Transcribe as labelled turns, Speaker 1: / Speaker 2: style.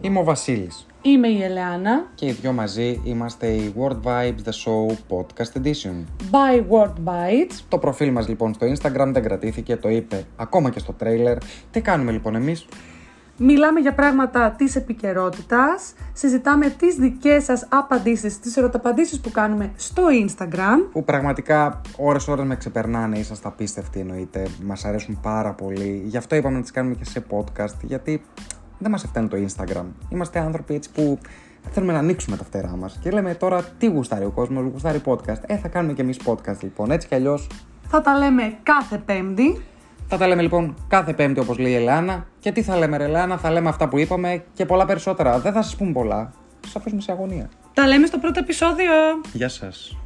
Speaker 1: Είμαι ο Βασίλης
Speaker 2: Είμαι η Ελεάνα.
Speaker 1: και οι δυο μαζί είμαστε η World Vibes The Show Podcast Edition.
Speaker 2: By Word Bites.
Speaker 1: Το προφίλ μας λοιπόν στο Instagram δεν κρατήθηκε, το είπε ακόμα και στο τρέιλερ. Τι κάνουμε λοιπόν εμείς,
Speaker 2: Μιλάμε για πράγματα της επικαιρότητας. Συζητάμε τις δικές σας απαντήσεις, τις ερωταπαντήσεις που κάνουμε στο Instagram.
Speaker 1: που πραγματικά ώρες ώρες με ξεπερνάνε, είσαστε απίστευτοι εννοείται, μας αρέσουν πάρα πολύ. Γι' αυτό είπαμε να τις κάνουμε και σε podcast, γιατί δεν μας φτάνει το Instagram. Είμαστε άνθρωποι έτσι που θέλουμε να ανοίξουμε τα φτερά μας και λέμε τώρα τι γουστάρει ο κόσμος, γουστάρει podcast. Ε, θα κάνουμε και εμείς podcast λοιπόν, έτσι κι αλλιώς
Speaker 2: Θα τα λέμε κάθε Πέμπτη.
Speaker 1: Θα τα λέμε λοιπόν κάθε Πέμπτη όπως λέει η Ελάνα. Και τι θα λέμε, ρε Ελάνα, θα λέμε αυτά που είπαμε και πολλά περισσότερα. Δεν θα σας πούμε πολλά. Σας αφήσουμε σε αγωνία.
Speaker 2: Τα λέμε στο πρώτο επεισόδιο.
Speaker 1: Γεια σας.